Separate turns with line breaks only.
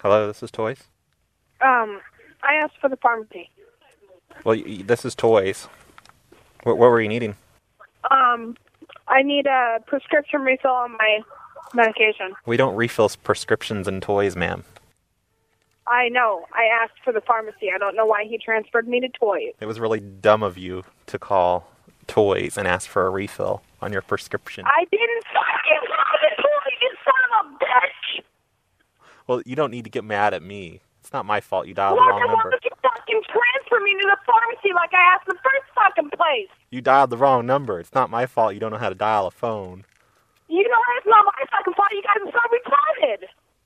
Hello, this is Toys.
Um, I asked for the pharmacy.
Well, y- y- this is Toys. What, what were you needing?
Um, I need a prescription refill on my medication.
We don't refill s- prescriptions and toys, ma'am.
I know. I asked for the pharmacy. I don't know why he transferred me to toys.
It was really dumb of you to call Toys and ask for a refill on your prescription.
I didn't fucking have it, toys, you son of a bitch!
Well, you don't need to get mad at me. It's not my fault you dialed the
Why
wrong
the hell
number.
would you fucking transfer me to the pharmacy like I asked the first fucking place?
You dialed the wrong number. It's not my fault you don't know how to dial a phone.
You know that's not my fucking fault. You guys are so retarded.